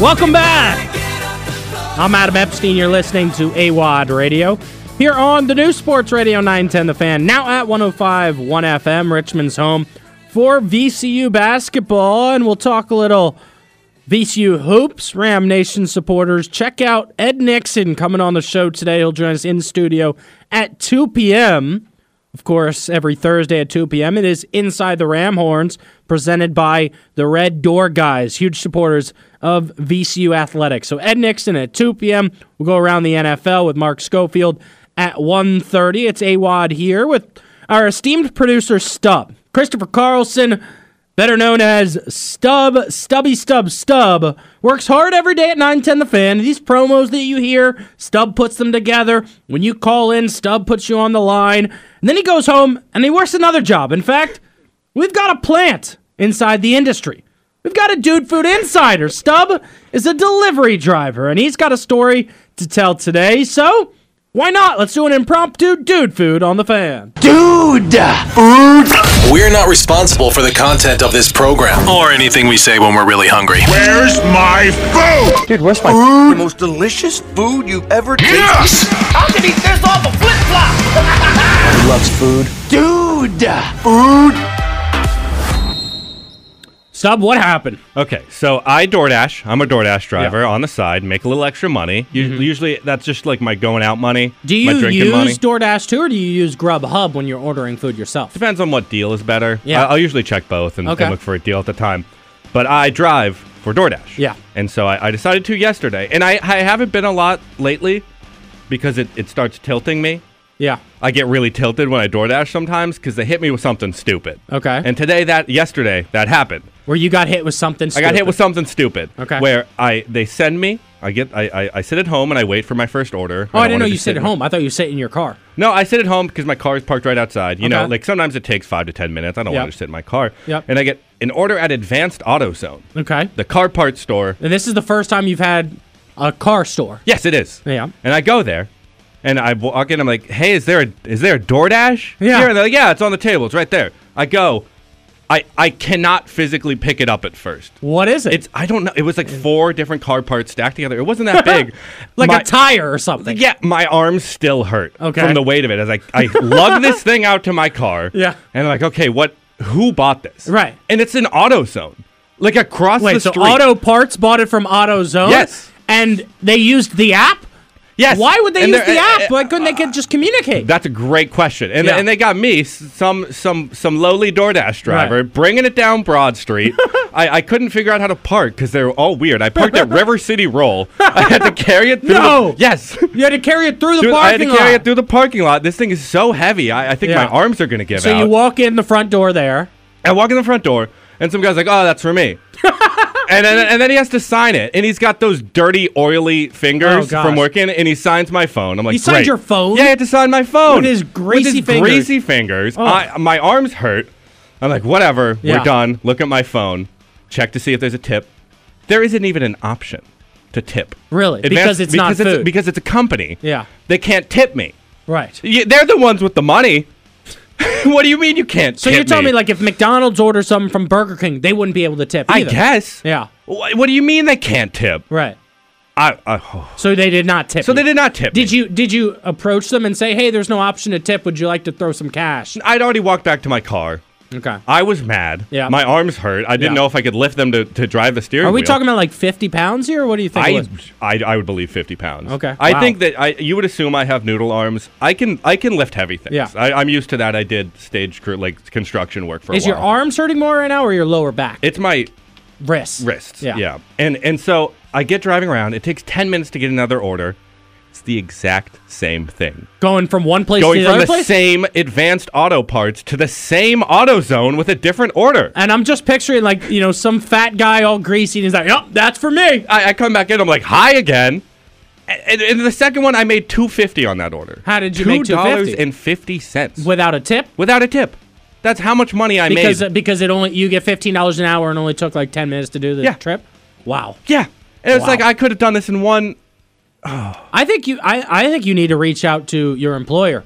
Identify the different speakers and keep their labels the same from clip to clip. Speaker 1: Welcome back. I'm Adam Epstein. You're listening to AWOD Radio here on the new Sports Radio 910 The Fan, now at 105 1 FM, Richmond's home for VCU basketball. And we'll talk a little VCU hoops, Ram Nation supporters. Check out Ed Nixon coming on the show today. He'll join us in studio at 2 p.m. Of course, every Thursday at 2 p.m., it is Inside the Ram Horns, presented by the Red Door Guys, huge supporters of VCU athletics. So Ed Nixon at 2 p.m. We'll go around the NFL with Mark Schofield at 1.30. It's AWOD here with our esteemed producer, Stub. Christopher Carlson, better known as Stub, Stubby Stub Stub, works hard every day at 910 The Fan. These promos that you hear, Stub puts them together. When you call in, Stub puts you on the line. And then he goes home and he works another job. In fact, we've got a plant inside the industry. We've got a Dude Food Insider. Stub is a delivery driver, and he's got a story to tell today. So, why not? Let's do an impromptu Dude Food on the fan.
Speaker 2: Dude!
Speaker 3: We're not responsible for the content of this program or anything we say when we're really hungry.
Speaker 2: Where's my food?
Speaker 4: Dude, where's my
Speaker 2: The most delicious food you've ever tasted. Yes!
Speaker 5: I can eat this off a flip flop.
Speaker 4: loves food?
Speaker 2: Dude!
Speaker 1: Stub, what happened?
Speaker 6: Okay, so I DoorDash. I'm a DoorDash driver on the side, make a little extra money. Us- Usually, that's just like my going out money,
Speaker 1: Mm-hmm. Do
Speaker 6: my
Speaker 1: you
Speaker 6: drinking
Speaker 1: use
Speaker 6: money.
Speaker 1: DoorDash too, or do you use Grubhub when you're ordering food yourself?
Speaker 6: Depends on what deal is better.
Speaker 1: Yeah.
Speaker 6: I- I'll usually check both and, and
Speaker 1: Okay.
Speaker 6: look for a deal at the time. But I drive for DoorDash.
Speaker 1: Yeah.
Speaker 6: And so I, I decided to yesterday, and I, I haven't been a lot lately because it, it starts tilting me.
Speaker 1: Yeah.
Speaker 6: I get really tilted when I DoorDash sometimes because they hit me with something stupid.
Speaker 1: Okay.
Speaker 6: And today, that yesterday, that happened.
Speaker 1: Where you got hit with something
Speaker 6: I
Speaker 1: stupid.
Speaker 6: got hit with something stupid.
Speaker 1: Okay.
Speaker 6: Where I they send me. I get I, I, I sit at home and I wait for my first
Speaker 1: Oh,
Speaker 6: order.
Speaker 1: I,
Speaker 6: don't
Speaker 1: didn't
Speaker 6: wanna
Speaker 1: know you
Speaker 6: just
Speaker 1: sit
Speaker 6: sit
Speaker 1: at
Speaker 6: in-
Speaker 1: home. I thought you sit in your car.
Speaker 6: No, I sit at home because my car is parked right outside. You know,
Speaker 1: Okay.
Speaker 6: like sometimes it takes five to ten minutes. I don't
Speaker 1: Yep.
Speaker 6: want to sit in my car.
Speaker 1: Yep.
Speaker 6: And I get an order at Advanced AutoZone,
Speaker 1: Okay.
Speaker 6: the car parts store.
Speaker 1: And this is the first time you've had a car store.
Speaker 6: Yes, it is.
Speaker 1: Yeah.
Speaker 6: And I go there, and I walk in. I'm like, Hey, is there a is there a DoorDash?
Speaker 1: Yeah.
Speaker 6: Here? And they're like, Yeah, it's on the table. It's right there. I go. I I cannot physically pick it up at first.
Speaker 1: What is it?
Speaker 6: It's I don't know. It was like four different car parts stacked together. It wasn't that big.
Speaker 1: like
Speaker 6: My-
Speaker 1: a tire or something.
Speaker 6: Yeah, my arms still hurt
Speaker 1: Okay.
Speaker 6: from the weight of it. As I I lug this thing out to my car.
Speaker 1: Yeah.
Speaker 6: And I'm like, okay, what? Who bought this?
Speaker 1: Right.
Speaker 6: And it's an auto zone, like across
Speaker 1: Wait,
Speaker 6: the
Speaker 1: so
Speaker 6: street.
Speaker 1: Auto Parts bought it from AutoZone?
Speaker 6: Yes.
Speaker 1: And they used the app?
Speaker 6: Yes.
Speaker 1: Why would they
Speaker 6: And
Speaker 1: use
Speaker 6: they're-
Speaker 1: the
Speaker 6: uh,
Speaker 1: app? Why couldn't they could just communicate?
Speaker 6: That's a great question. And,
Speaker 1: Yeah.
Speaker 6: and they got me, s- some some some lowly DoorDash driver,
Speaker 1: Right.
Speaker 6: bringing it down Broad Street. I, I couldn't figure out how to park because they were all weird. I parked at River City Roll. I had to carry it through. the-
Speaker 1: No!
Speaker 6: yes.
Speaker 1: you had to carry it through the
Speaker 6: Dude, I had
Speaker 1: parking
Speaker 6: to carry
Speaker 1: lot.
Speaker 6: it through the parking lot. This thing is so heavy. I, I think
Speaker 1: Yeah.
Speaker 6: my arms are gonna give
Speaker 1: so
Speaker 6: out.
Speaker 1: you walk in the front door there.
Speaker 6: I walk in the front door, and some guy's like, "Oh, that's for me." and then, and then he has to sign it, and he's got those dirty, oily
Speaker 1: Oh,
Speaker 6: fingers
Speaker 1: gosh.
Speaker 6: from working, and he signs my phone. I'm like,
Speaker 1: He signed
Speaker 6: "Great."
Speaker 1: your phone?
Speaker 6: Yeah, I had to sign my phone
Speaker 1: With his greasy
Speaker 6: With his
Speaker 1: fingers. Oh.
Speaker 6: greasy fingers. I, my arms hurt. I'm like, "Whatever,
Speaker 1: Yeah.
Speaker 6: we're done." Look at my phone, check to see if there's a tip. There isn't even an option to tip.
Speaker 1: Really? Because it's not
Speaker 6: because it's,
Speaker 1: food.
Speaker 6: because it's a company.
Speaker 1: Yeah.
Speaker 6: they can't tip me.
Speaker 1: Right.
Speaker 6: Yeah, they're the ones with the money. what do you mean you can't?
Speaker 1: So
Speaker 6: tip
Speaker 1: you're telling me.
Speaker 6: me
Speaker 1: like, if McDonald's orders something from Burger King, they wouldn't be able to tip
Speaker 6: I
Speaker 1: either.
Speaker 6: guess.
Speaker 1: Yeah.
Speaker 6: Wh- What do you mean they can't tip?
Speaker 1: Right.
Speaker 6: I, I oh.
Speaker 1: So they did not tip.
Speaker 6: so they
Speaker 1: you.
Speaker 6: did not tip.
Speaker 1: Did
Speaker 6: me.
Speaker 1: you did you approach them and say, "Hey, there's no option to tip. Would you like to throw some cash?"
Speaker 6: I'd already walked back to my car.
Speaker 1: Okay.
Speaker 6: I was mad.
Speaker 1: Yeah.
Speaker 6: My arms hurt. I didn't
Speaker 1: Yeah.
Speaker 6: know if I could lift them to, to drive the steering.
Speaker 1: Are we
Speaker 6: wheel.
Speaker 1: talking about like 50 pounds here? Or what do you think? it
Speaker 6: I,
Speaker 1: was?
Speaker 6: I I would believe fifty pounds.
Speaker 1: Okay.
Speaker 6: I
Speaker 1: Wow.
Speaker 6: think that I you would assume I have noodle arms. I can I can lift heavy things.
Speaker 1: Yeah.
Speaker 6: I, I'm used to that. I did stage crew like construction work for
Speaker 1: Is
Speaker 6: a
Speaker 1: your
Speaker 6: while.
Speaker 1: arms hurting more right now, or your lower back?
Speaker 6: It's my
Speaker 1: wrist.
Speaker 6: wrists. yeah. And and so I get driving around. It takes ten minutes to get another order. It's the exact same thing.
Speaker 1: Going from one place
Speaker 6: going
Speaker 1: to the
Speaker 6: from
Speaker 1: other
Speaker 6: the
Speaker 1: place.
Speaker 6: same advanced auto parts to the same auto zone with a different order.
Speaker 1: and I'm just picturing like you know some fat guy all greasy, and he's like, "Yep, that's for me."
Speaker 6: I, I come back in, I'm like, hi again. A- And, and the second one, I made two fifty on that order.
Speaker 1: How did you make $2.50?
Speaker 6: and fifty cents
Speaker 1: Without a tip,
Speaker 6: without a tip. That's how much money I
Speaker 1: because
Speaker 6: made.
Speaker 1: because it only you get fifteen dollars an hour and only took like ten minutes to do the
Speaker 6: Yeah.
Speaker 1: trip. Wow.
Speaker 6: yeah, and it's
Speaker 1: Wow.
Speaker 6: like I could have done this in one.
Speaker 1: I think you I, I think you need to reach out to your employer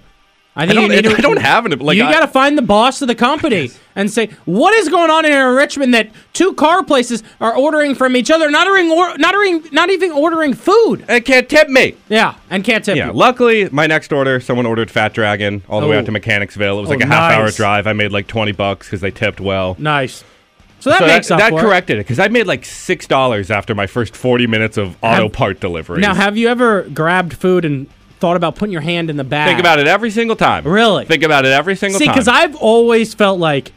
Speaker 1: I think
Speaker 6: I don't-
Speaker 1: you need to,
Speaker 6: I don't have an- like,
Speaker 1: you
Speaker 6: I-
Speaker 1: got to find the boss of the company and say what is going on here in Richmond that two car places are ordering from each other, not ordering, or, not ordering, not even ordering food.
Speaker 6: It can't tip me.
Speaker 1: Yeah, and can't tip
Speaker 6: Yeah.
Speaker 1: you.
Speaker 6: Luckily, my next order, someone ordered Fat Dragon all the way
Speaker 1: Oh.
Speaker 6: out to Mechanicsville. It was
Speaker 1: Oh,
Speaker 6: like a half hour
Speaker 1: nice.
Speaker 6: drive. I made like twenty bucks because they tipped well.
Speaker 1: Nice. So that
Speaker 6: So
Speaker 1: makes
Speaker 6: that,
Speaker 1: up
Speaker 6: that
Speaker 1: for it.
Speaker 6: corrected it because I made like six dollars after my first forty minutes of auto part delivery.
Speaker 1: Now, have you ever grabbed food and thought about putting your hand in the bag?
Speaker 6: think about it every single time.
Speaker 1: Really?
Speaker 6: Think about it every single
Speaker 1: See,
Speaker 6: time.
Speaker 1: because I've always felt like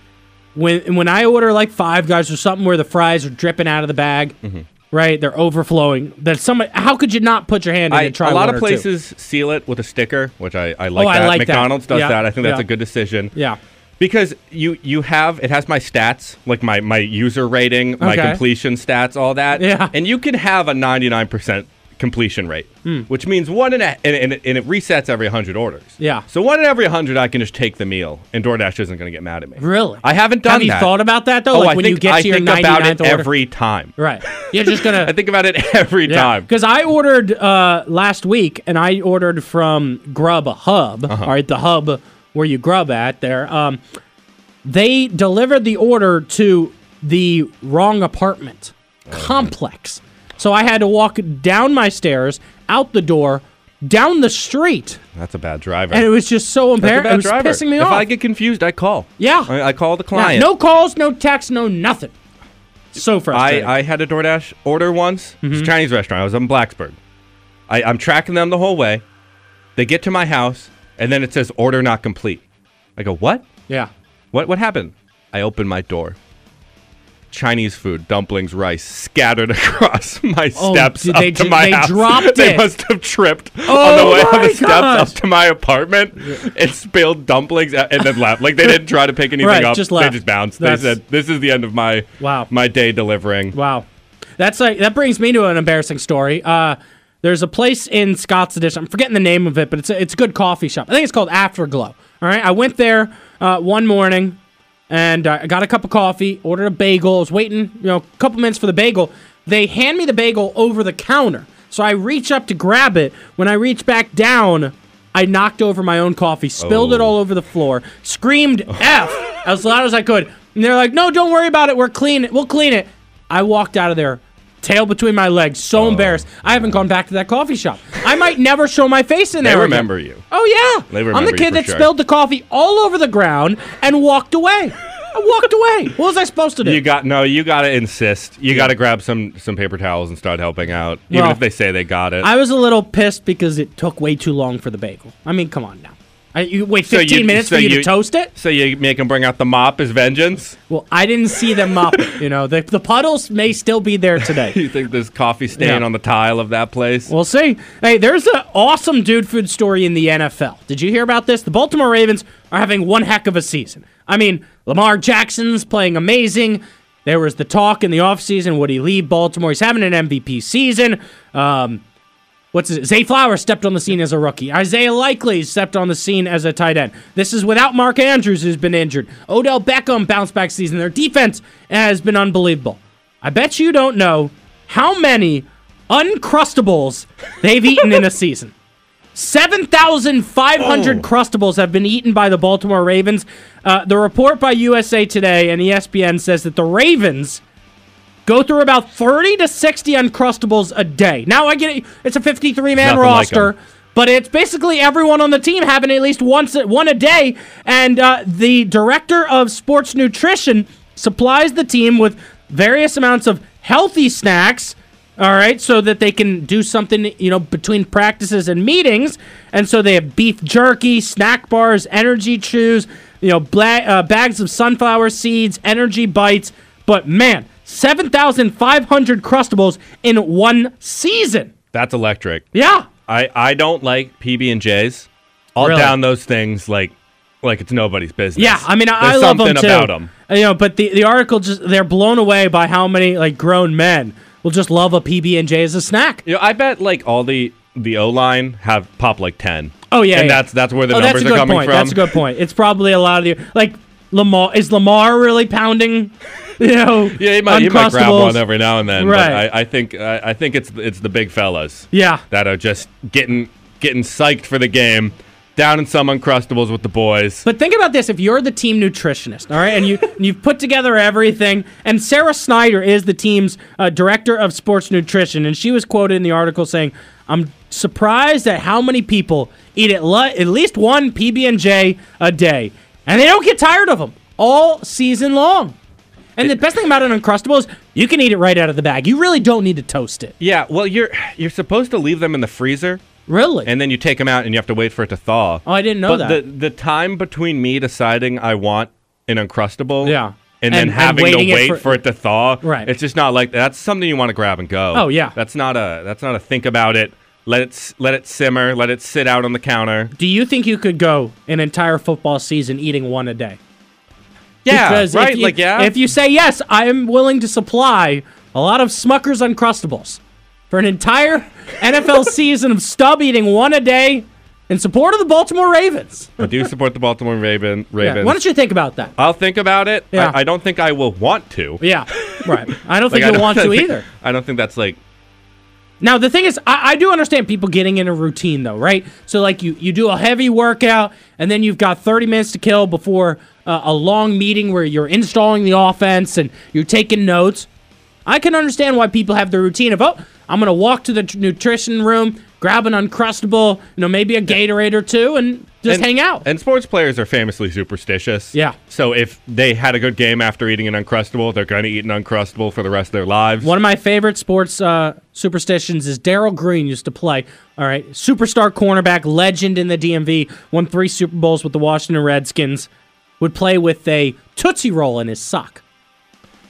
Speaker 1: when when I order like Five Guys or something where the fries are dripping out of the bag,
Speaker 6: Mm-hmm.
Speaker 1: right? They're overflowing. That somebody, how could you not put your hand in
Speaker 6: I-
Speaker 1: and try
Speaker 6: a lot
Speaker 1: one
Speaker 6: of
Speaker 1: or two?
Speaker 6: places seal it with a sticker, which I, I like
Speaker 1: Oh, I
Speaker 6: that.
Speaker 1: like that.
Speaker 6: McDonald's does
Speaker 1: Yeah,
Speaker 6: that. I think that's
Speaker 1: yeah.
Speaker 6: a good decision.
Speaker 1: Yeah.
Speaker 6: Because you you have it has my stats, like my my user rating, my
Speaker 1: Okay.
Speaker 6: completion stats, all that.
Speaker 1: Yeah.
Speaker 6: And you can have a 99% completion rate,
Speaker 1: Hmm.
Speaker 6: which means one in a, and, and, it- and it resets every 100 orders.
Speaker 1: Yeah.
Speaker 6: So one in every 100 I can just take the meal and DoorDash isn't going to get mad at me.
Speaker 1: Really?
Speaker 6: I haven't done
Speaker 1: Have you
Speaker 6: that.
Speaker 1: thought about that though?
Speaker 6: oh,
Speaker 1: like
Speaker 6: I
Speaker 1: when
Speaker 6: think,
Speaker 1: you get
Speaker 6: I
Speaker 1: to your
Speaker 6: think about
Speaker 1: 99th
Speaker 6: it
Speaker 1: order?
Speaker 6: every time.
Speaker 1: right? You're just gonna
Speaker 6: I think about it every time.
Speaker 1: Because I ordered uh, last week, and I ordered from Grub Hub.
Speaker 6: Uh-huh.
Speaker 1: right, the hub where you grub at there. Um, they delivered the order to the wrong apartment complex, so I had to walk down my stairs, out the door, down the street,
Speaker 6: That's a bad driver.
Speaker 1: and it was just so
Speaker 6: That's a
Speaker 1: embarrassing.
Speaker 6: bad
Speaker 1: It was
Speaker 6: driver.
Speaker 1: pissing me
Speaker 6: if
Speaker 1: off.
Speaker 6: I get confused, I call.
Speaker 1: Yeah.
Speaker 6: I, I call the
Speaker 1: Now,
Speaker 6: client.
Speaker 1: no calls, no texts, no nothing. So
Speaker 6: I,
Speaker 1: frustrating.
Speaker 6: I had a DoorDash order once. It's
Speaker 1: Mm-hmm.
Speaker 6: a Chinese restaurant. I was in Blacksburg. I, I'm tracking them the whole way. They get to my house, and then it says order not complete. I go, what?
Speaker 1: yeah.
Speaker 6: What what happened? I opened my door. Chinese food, dumplings, rice scattered across my
Speaker 1: Oh,
Speaker 6: steps
Speaker 1: did
Speaker 6: up
Speaker 1: they
Speaker 6: to
Speaker 1: ju-
Speaker 6: my
Speaker 1: they
Speaker 6: house.
Speaker 1: dropped
Speaker 6: they
Speaker 1: it.
Speaker 6: must have tripped on
Speaker 1: Oh
Speaker 6: the way on
Speaker 1: my
Speaker 6: the
Speaker 1: gosh.
Speaker 6: steps up to my apartment and spilled dumplings a- and then left. Like they didn't try to pick anything
Speaker 1: Right,
Speaker 6: up.
Speaker 1: just
Speaker 6: they
Speaker 1: left.
Speaker 6: just bounced.
Speaker 1: That's-
Speaker 6: They said, "This is the end of my
Speaker 1: Wow.
Speaker 6: my day delivering."
Speaker 1: Wow. That's like that brings me to an embarrassing story. Uh there's a place in Scottsdale. I'm forgetting the name of it, but it's a, it's a good coffee shop. I think it's called Afterglow. All right, I went there uh, one morning and uh, I got a cup of coffee, ordered a bagel. I was waiting, you know, a couple minutes for the bagel. They hand me the bagel over the counter, so I reach up to grab it. When I reach back down, I knocked over my own coffee, spilled it
Speaker 6: Oh.
Speaker 1: all over the floor, screamed F as loud as I could. And they're like, no, don't worry about it. We're clean. We'll clean it. I walked out of there, tail between my legs, so
Speaker 6: Oh.
Speaker 1: embarrassed. I haven't gone back to that coffee shop. I might never show my face in
Speaker 6: They
Speaker 1: there. again.
Speaker 6: remember you.
Speaker 1: Oh, yeah.
Speaker 6: They
Speaker 1: I'm
Speaker 6: remember
Speaker 1: the
Speaker 6: you
Speaker 1: kid
Speaker 6: for
Speaker 1: that
Speaker 6: sure.
Speaker 1: spilled the coffee all over the ground and walked away. I walked away. What was I supposed to do?
Speaker 6: You got no. You got to insist. You got to grab some some paper towels and start helping out, even
Speaker 1: Well,
Speaker 6: if they say they got it.
Speaker 1: I was a little pissed because it took way too long for the bagel. I mean, come on now. I, you wait 15 minutes
Speaker 6: so
Speaker 1: for you, to toast it?
Speaker 6: So you make them bring out the mop as vengeance.
Speaker 1: Well, I didn't see them up. You know, the, the puddles may still be there today.
Speaker 6: You think there's coffee stain
Speaker 1: Yeah.
Speaker 6: on the tile of that place?
Speaker 1: We'll see. Hey, there's an awesome dude food story in the NFL. Did you hear about this? The Baltimore Ravens are having one heck of a season. I mean, Lamar Jackson's playing amazing. There was the talk in the offseason would he leave Baltimore? He's having an MVP season. Um, what's it? Zay Flowers stepped on the scene as a rookie. Isaiah Likely stepped on the scene as a tight end. This is without Mark Andrews, who's been injured. Odell Beckham bounced back season. Their defense has been unbelievable. I bet you don't know how many uncrustables they've eaten in a season.
Speaker 6: Oh.
Speaker 1: 7,500 crustables have been eaten by the Baltimore Ravens. Uh, the report by USA Today and E ESPN says that the Ravens go through about 30 to 60 uncrustables a day. Now I get it. It's a 53 man
Speaker 6: Nothing like
Speaker 1: roster.
Speaker 6: 'em.
Speaker 1: but it's basically everyone on the team having at least once one a day, and uh, the director of sports nutrition supplies the team with various amounts of healthy snacks. All right, so that they can do something, you know, between practices and meetings, and so they have beef jerky, snack bars, energy chews, you know, bla- uh, bags of sunflower seeds, energy bites. But man, seven thousand five hundred crustables in one season.
Speaker 6: That's electric.
Speaker 1: Yeah,
Speaker 6: I I don't like PB and J's. I'll
Speaker 1: Really?
Speaker 6: down those things like like it's nobody's business.
Speaker 1: Yeah, I mean, I, I
Speaker 6: There's
Speaker 1: love them
Speaker 6: something
Speaker 1: too.
Speaker 6: about 'em.
Speaker 1: You know, but the, the article just—they're blown away by how many like grown men will just love a PB and J as a snack.
Speaker 6: You know, I bet like all the the O line have pop like ten.
Speaker 1: Oh yeah,
Speaker 6: and
Speaker 1: yeah.
Speaker 6: that's that's where the
Speaker 1: oh,
Speaker 6: numbers
Speaker 1: that's a good
Speaker 6: are coming
Speaker 1: point.
Speaker 6: from.
Speaker 1: That's a good point. It's probably a lot of the like Lamar. Is Lamar really pounding? You know,
Speaker 6: Yeah, you might, you might grab
Speaker 1: Uncrustables?
Speaker 6: one every now and then.
Speaker 1: Right.
Speaker 6: But I, I think I, I think it's it's the big fellas
Speaker 1: Yeah.
Speaker 6: that are just getting getting psyched for the game, down in some Uncrustables with the boys.
Speaker 1: But think about this: if you're the team nutritionist, all right, and you and you've put together everything, and Sarah Snyder is the team's uh, director of sports nutrition, and she was quoted in the article saying, "I'm surprised at how many people eat at, le- at least one PB and J a day, and they don't get tired of them all season long." And the best thing about an uncrustable is you can eat it right out of the bag. You really don't need to toast it.
Speaker 6: Yeah, well, you're you're supposed to leave them in the freezer,
Speaker 1: Really?
Speaker 6: and then you take them out, and you have to wait for it to thaw.
Speaker 1: oh, I didn't know
Speaker 6: but
Speaker 1: that.
Speaker 6: the the time between me deciding I want an uncrustable,
Speaker 1: Yeah.
Speaker 6: and, then
Speaker 1: And- and
Speaker 6: having to
Speaker 1: waiting it
Speaker 6: wait
Speaker 1: for-
Speaker 6: for, it to thaw,
Speaker 1: Right.
Speaker 6: It's just not like that's something you want to grab and go.
Speaker 1: Oh, yeah.
Speaker 6: that's not a that's not a think about it. Let it s- let it simmer. Let it sit out on the counter.
Speaker 1: Do you think you could go an entire football season eating one a day?
Speaker 6: Yeah,
Speaker 1: Because
Speaker 6: right.
Speaker 1: If you,
Speaker 6: like yeah,
Speaker 1: If you say yes, I am willing to supply a lot of Smucker's Uncrustables for an entire NFL season of stub eating one a day in support of the Baltimore Ravens.
Speaker 6: I do support the Baltimore Raven
Speaker 1: Yeah.
Speaker 6: Ravens. Uh,
Speaker 1: Why don't you think about that?
Speaker 6: I'll think about it.
Speaker 1: Yeah.
Speaker 6: I, I don't think I will want to.
Speaker 1: Yeah, right. I don't
Speaker 6: Like,
Speaker 1: think
Speaker 6: I
Speaker 1: you'll
Speaker 6: don't
Speaker 1: want to
Speaker 6: think-
Speaker 1: either.
Speaker 6: I don't think that's like
Speaker 1: Now the thing is, I, I do understand people getting in a routine though, right? So like you you do a heavy workout, and then you've got 30 minutes to kill before uh, a long meeting where you're installing the offense and you're taking notes. I can understand why people have the routine of oh, I'm gonna walk to the tr- nutrition room, grab an uncrustable, you know, maybe a Gatorade or two, and just
Speaker 6: and-
Speaker 1: hang out.
Speaker 6: And sports players are famously superstitious.
Speaker 1: Yeah.
Speaker 6: So if they had a good game after eating an uncrustable, they're going to eat an uncrustable for the rest of their lives.
Speaker 1: One of my favorite sports uh, superstitions is Daryl Green used to play. All right, superstar cornerback, legend in the DMV, won three Super Bowls with the Washington Redskins. Would play with a tootsie roll in his sock.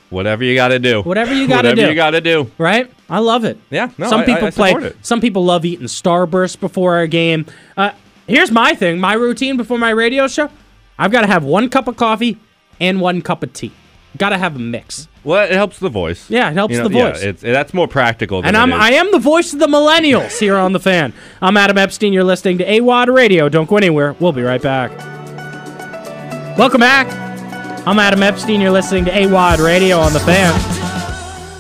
Speaker 6: Whatever you got to do.
Speaker 1: Whatever you gotta
Speaker 6: Whatever
Speaker 1: do.
Speaker 6: you got to do.
Speaker 1: Right? I love it.
Speaker 6: Yeah, no,
Speaker 1: some
Speaker 6: I-
Speaker 1: people
Speaker 6: I- I
Speaker 1: play.
Speaker 6: support it.
Speaker 1: Some people love eating Starburst before a game. Uh, here's my thing. My routine before my radio show. I've got to have one cup of coffee and one cup of tea. Got to have a mix.
Speaker 6: Well, it helps the voice.
Speaker 1: Yeah, it helps the voice.
Speaker 6: Yeah, it's, that's more practical than
Speaker 1: And
Speaker 6: it
Speaker 1: I'm
Speaker 6: is.
Speaker 1: I am the voice of the millennials here on the fan. I'm Adam Epstein. You're listening to AWOD Radio. Don't go anywhere. We'll be right back. Welcome back. I'm Adam Epstein. You're listening to AWOD Radio on the fan.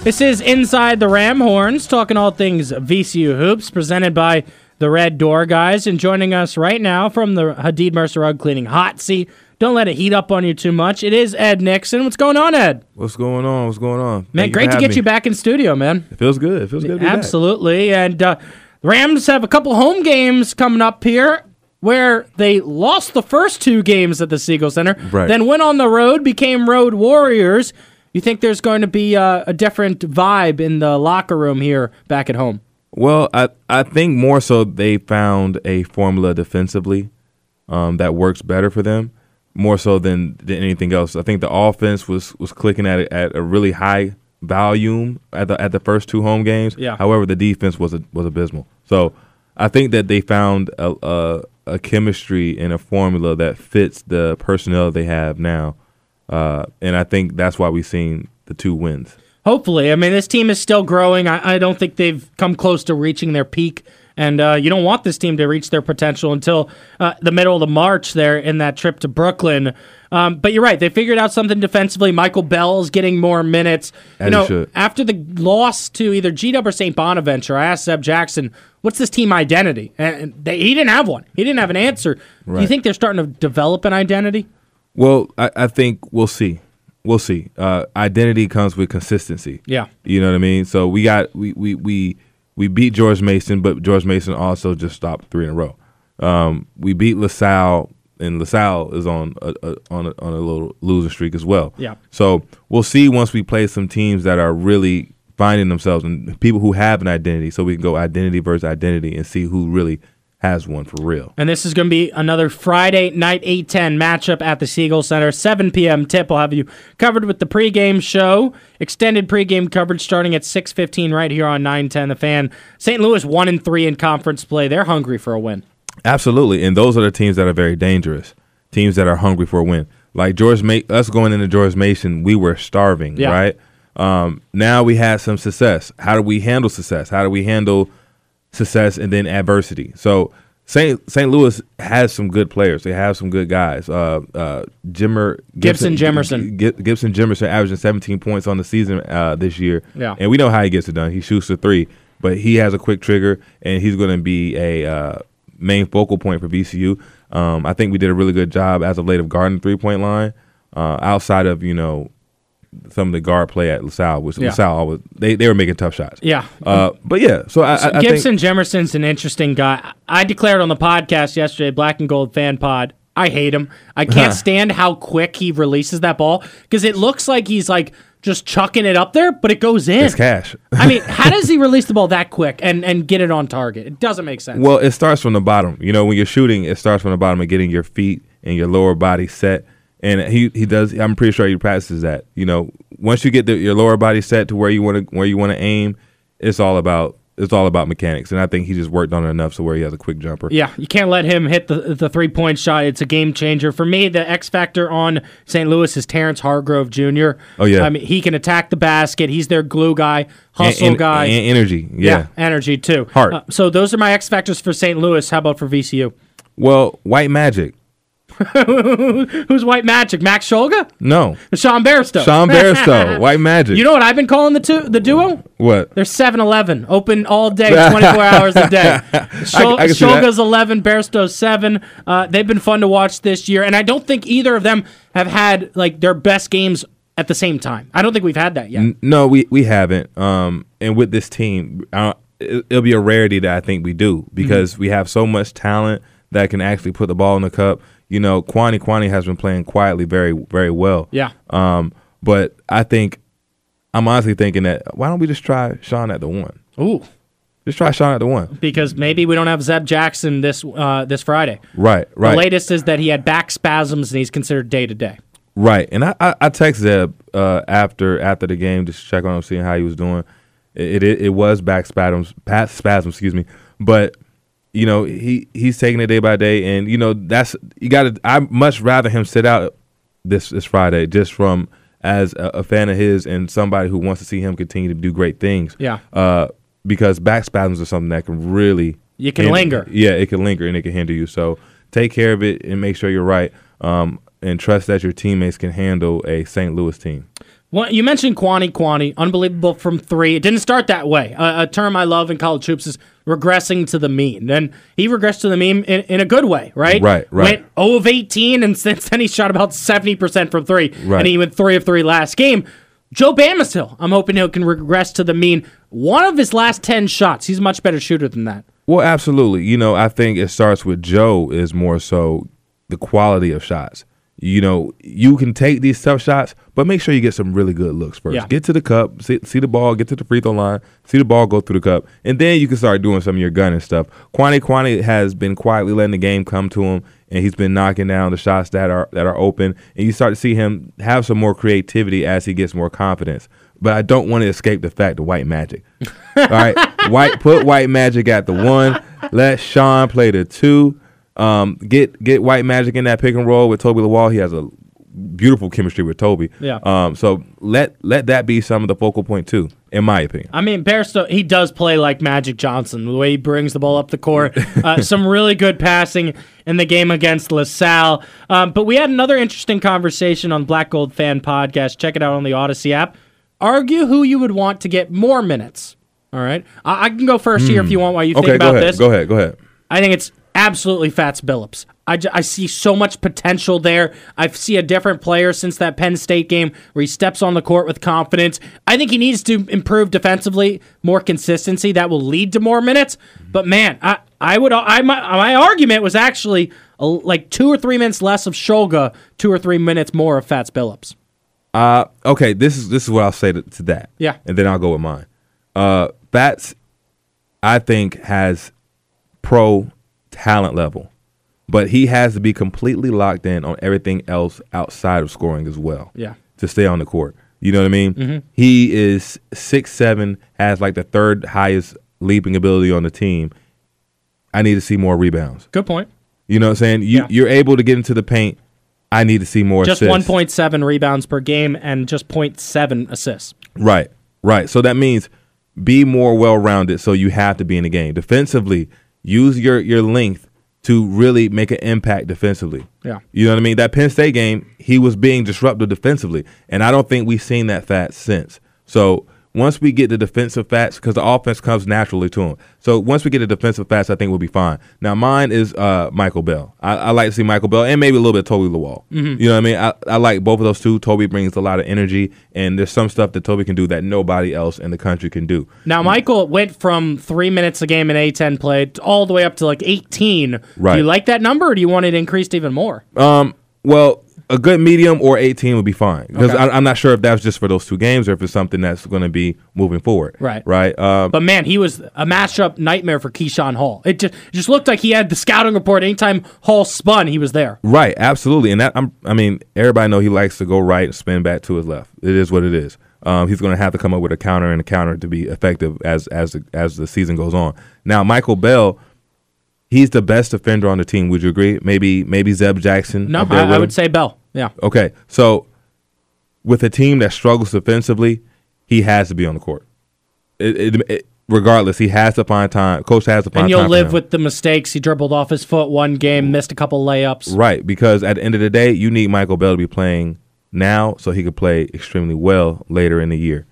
Speaker 1: This is Inside the Ram Horns, talking all things VCU hoops, presented by the Red Door Guys. And joining us right now from the Hadid Mercer Rug Cleaning Hot Seat. Don't let it heat up on you too much. It is Ed Nixon. What's going on, Ed?
Speaker 7: What's going on? What's going on?
Speaker 1: Man,
Speaker 7: Thank
Speaker 1: great
Speaker 7: for
Speaker 1: to
Speaker 7: having
Speaker 1: get
Speaker 7: me.
Speaker 1: you back in studio, man.
Speaker 7: It feels good. It feels good. To be back.
Speaker 1: Absolutely. And uh, the Rams have a couple home games coming up here where they lost the first two games at the Siegel Center,
Speaker 7: Right.
Speaker 1: then went on the road, became Road Warriors. You think there's going to be uh, a different vibe in the locker room here back at home?
Speaker 7: Well, I I think more so they found a formula defensively um, that works better for them more so than, than anything else. I think the offense was was clicking at a, at a really high volume at the at the first two home games.
Speaker 1: Yeah.
Speaker 7: However, the defense was was abysmal. So I think that they found a, a a chemistry and a formula that fits the personnel they have now, uh, and I think that's why we've seen the two wins.
Speaker 1: Hopefully. I mean, this team is still growing. I, I don't think they've come close to reaching their peak. And uh, you don't want this team to reach their potential until uh, the middle of the March there in that trip to Brooklyn. Um, but you're right. They figured out something defensively. Michael Bell's getting more minutes.
Speaker 7: As
Speaker 1: You
Speaker 7: he
Speaker 1: know,
Speaker 7: should.
Speaker 1: after the loss to either G-Dub or St. Bonaventure, I asked Seb Jackson, what's this team identity? And they, he didn't have one. He didn't have an answer. Do you
Speaker 7: Right.
Speaker 1: think they're starting to develop an identity?
Speaker 7: Well, I, I think we'll see. We'll see. Uh, identity comes with consistency.
Speaker 1: Yeah.
Speaker 7: You know what I mean? So we got we we we we beat George Mason, but George Mason also just stopped three in a row. Um, we beat LaSalle, and LaSalle is on a, a, on a, on a little losing streak as well.
Speaker 1: Yeah.
Speaker 7: So we'll see once we play some teams that are really finding themselves and people who have an identity, so we can go identity versus identity and see who really has one for real.
Speaker 1: And this is going to be another Friday night 810 matchup at the Siegel Center. 7 p.m. tip. We'll have you covered with the pregame show. Extended pregame coverage starting at 6.15 right here on 910 The Fan. St. Louis 1-3 and three in conference play. They're hungry for a win.
Speaker 7: Absolutely, and those are the teams that are very dangerous. Teams that are hungry for a win. Like George, Ma- us going into George Mason, we were starving,
Speaker 1: Yeah.
Speaker 7: right? Um, now we had some success. How do we handle success? How do we handle success and then adversity? So St. St. Louis has some good players. They have some good guys. Uh, uh, Jimmer
Speaker 1: Gibson Jemerson.
Speaker 7: Gi- Gibson Jemerson averaging 17 points on the season uh, this year.
Speaker 1: Yeah.
Speaker 7: And we know how he gets it done. He shoots the three, but he has a quick trigger, and he's going to be a uh, main focal point for VCU. Um, I think we did a really good job as of late of guarding the three point line. Uh, outside of you know some of the guard play at LaSalle, which
Speaker 1: Yeah.
Speaker 7: LaSalle always they, they were making tough shots.
Speaker 1: Yeah.
Speaker 7: Uh, but yeah, so I, I, I think-
Speaker 1: Gibson Jemerson's an interesting guy. I declared on the podcast yesterday, Black and Gold Fan Pod. I hate him. I can't stand how quick he releases that ball because it looks like he's like just chucking it up there, but it goes in.
Speaker 7: it's cash.
Speaker 1: I mean, how does he release the ball that quick and and get it on target? It doesn't make sense.
Speaker 7: Well, it starts from the bottom. You know, when you're shooting, it starts from the bottom and getting your feet and your lower body set. And he he does. I'm pretty sure he practices that. You know, once you get the, your lower body set to where you want to where you want to aim, it's all about it's all about mechanics. And I think he just worked on it enough so where he has a quick jumper.
Speaker 1: Yeah, you can't let him hit the the three point shot. It's a game changer for me. The X factor on St. Louis is Terrence Hargrove Jr.
Speaker 7: Oh, yeah.
Speaker 1: I mean he can attack the basket. He's their glue guy,
Speaker 7: And-
Speaker 1: hustle
Speaker 7: and-
Speaker 1: guy,
Speaker 7: and energy. yeah.
Speaker 1: energy too. Uh,
Speaker 7: Heart.
Speaker 1: so those are my X factors for St. Louis. How about for VCU?
Speaker 7: Well, white magic.
Speaker 1: Who's White Magic? Max Scholga,
Speaker 7: No,
Speaker 1: Sean Barstow.
Speaker 7: Sean Barstow. white magic.
Speaker 1: You know what I've been calling the two the duo?
Speaker 7: what?
Speaker 1: They're 7-Eleven, open all day, 24 hours a day. Shul-
Speaker 7: I can see that.
Speaker 1: Shulga's 11, Barstow's 7. Uh, they've been fun to watch this year, and I don't think either of them have had like their best games at the same time. I don't think we've had that yet.
Speaker 7: N- No, we we haven't. Um, and with this team, I don't- it- it'll be a rarity that I think we do because we have so much talent that can actually put the ball in the cup. You know, Kwani Kwani has been playing quietly very very well.
Speaker 1: Yeah.
Speaker 7: Um, but I think I'm honestly thinking that why don't we just try Sean at the one?
Speaker 1: Ooh,
Speaker 7: Just try Sean at the one.
Speaker 1: because maybe we don't have Zeb Jackson this uh, this Friday.
Speaker 7: Right, right.
Speaker 1: The latest is that he had back spasms and he's considered day to day.
Speaker 7: Right, and I I, I text Zeb uh, after after the game just to check on him, seeing how he was doing. It it, it was back spasms, pat spasms, excuse me. But you know he he's taking it day by day, and you know that's you got to. I much rather him sit out this this Friday just from as a, a fan of his and somebody who wants to see him continue to do great things.
Speaker 1: Yeah.
Speaker 7: Uh, because back spasms are something that can really
Speaker 1: You can
Speaker 7: hinder-
Speaker 1: linger.
Speaker 7: yeah, it can linger and it can hinder you. So take care of it and make sure you're right. Um, and trust that your teammates can handle a St. Louis team.
Speaker 1: Well, you mentioned Kwani Kwani, unbelievable from three. It didn't start that way. A, a term I love in college hoops is regressing to the mean. And he regressed to the mean in, in a good way, right?
Speaker 7: Right, right.
Speaker 1: Went 0 of 18, and since then he shot about 70% from three.
Speaker 7: Right.
Speaker 1: And he went 3 of 3 last game. Joe Bamisil, I'm hoping he can regress to the mean. One of his last 10 shots, he's a much better shooter than that.
Speaker 7: Well, absolutely. You know, I think it starts with Joe is more so the quality of shots. You know, you can take these tough shots, but make sure you get some really good looks first.
Speaker 1: Yeah.
Speaker 7: Get to the cup, see, see the ball, get to the free throw line, see the ball go through the cup, and then you can start doing some of your gunning stuff. Kwani Kwani has been quietly letting the game come to him, and he's been knocking down the shots that are that are open, and you start to see him have some more creativity as he gets more confidence. But I don't want to escape the fact of white magic. All right, white put white magic at the one. Let Sean play the two. Um, get get white magic in that pick and roll with Toby Lawal. He has a beautiful chemistry with Toby.
Speaker 1: Yeah.
Speaker 7: Um, so let let that be some of the focal point too, in my opinion.
Speaker 1: I mean, Barstow, he does play like Magic Johnson, the way he brings the ball up the court. Uh, some really good passing in the game against LaSalle. Um, but we had another interesting conversation on Black Gold Fan Podcast. Check it out on the Odyssey app. Argue who you would want to get more minutes. All right. I, I can go first here if you want while you
Speaker 7: Hmm. Okay,
Speaker 1: think
Speaker 7: go
Speaker 1: about
Speaker 7: ahead.
Speaker 1: this.
Speaker 7: Go ahead. Go ahead.
Speaker 1: I think it's absolutely Fats Billups. I, ju- I see so much potential there. I see a different player since that Penn State game where he steps on the court with confidence. I think he needs to improve defensively, more consistency that will lead to more minutes. But man, I, I would I my, my argument was actually uh, like two or three minutes less of Shulga, two or three minutes more of Fats Billups.
Speaker 7: okay, this is this is what I'll say to, to that.
Speaker 1: Yeah.
Speaker 7: and then I'll go with mine. Uh, Bats, I think has pro talent level, but he has to be completely locked in on everything else outside of scoring as well.
Speaker 1: Yeah. Mm-hmm.
Speaker 7: to stay on the court. You know what I mean? He is six seven, has like the third highest leaping ability on the team. I need to see more rebounds.
Speaker 1: Good point.
Speaker 7: You know what I'm saying? You,
Speaker 1: Yeah.
Speaker 7: You're able to get into the paint. I need to see more
Speaker 1: Just
Speaker 7: assists.
Speaker 1: 1.7 rebounds per game and just 0.7 assists.
Speaker 7: Right, right. So that means be more well rounded. So you have to be in the game defensively. Use your your length to really make an impact defensively.
Speaker 1: Yeah.
Speaker 7: you know what I mean. That Penn State game, he was being disruptive defensively, and I don't think we've seen that fat since. So Once we get the defensive facts, because the offense comes naturally to him. So once we get the defensive facts, I think we'll be fine. Now mine is uh, Michael Bell. I, I like to see Michael Bell and maybe a little bit of Toby Lawal. You know what I mean? I, I like both of those two. Toby brings a lot of energy, and there's some stuff that Toby can do that nobody else in the country can do.
Speaker 1: Now, Michael went from three minutes a game in A10 play t- all the way up to like 18. Do
Speaker 7: Right.
Speaker 1: you like that number or do you want it increased even more?
Speaker 7: Um, well, a good medium or 18 would be fine because
Speaker 1: Okay.
Speaker 7: I'm not sure if that was just for those two games or if it's something that's going to be moving forward.
Speaker 1: Right.
Speaker 7: Right. Um,
Speaker 1: But man, he was a matchup nightmare for Keyshawn Hall. It just, just looked like he had the scouting report. Anytime Hall spun, he was there.
Speaker 7: Right, absolutely, and that I'm, I mean, everybody know he likes to go right and spin back to his left. It is what it is. Um, he's going to have to come up with a counter and a counter to be effective as as the, as the season goes on. Now, Michael Bell, he's the best defender on the team. Would you agree? Maybe maybe Zeb Jackson.
Speaker 1: No,
Speaker 7: up there
Speaker 1: I,
Speaker 7: with
Speaker 1: I
Speaker 7: him?
Speaker 1: would say Bell. Yeah.
Speaker 7: Okay, so with a team that struggles defensively, he has to be on the court. It, it, it, regardless, he has to find time. Coach has to
Speaker 1: And
Speaker 7: find time.
Speaker 1: you'll
Speaker 7: for
Speaker 1: live
Speaker 7: him.
Speaker 1: with the mistakes. He dribbled off his foot one game, missed a couple layups.
Speaker 7: Right, because at the end of the day, you need Michael Bell to be playing now so he could play extremely well later in the year.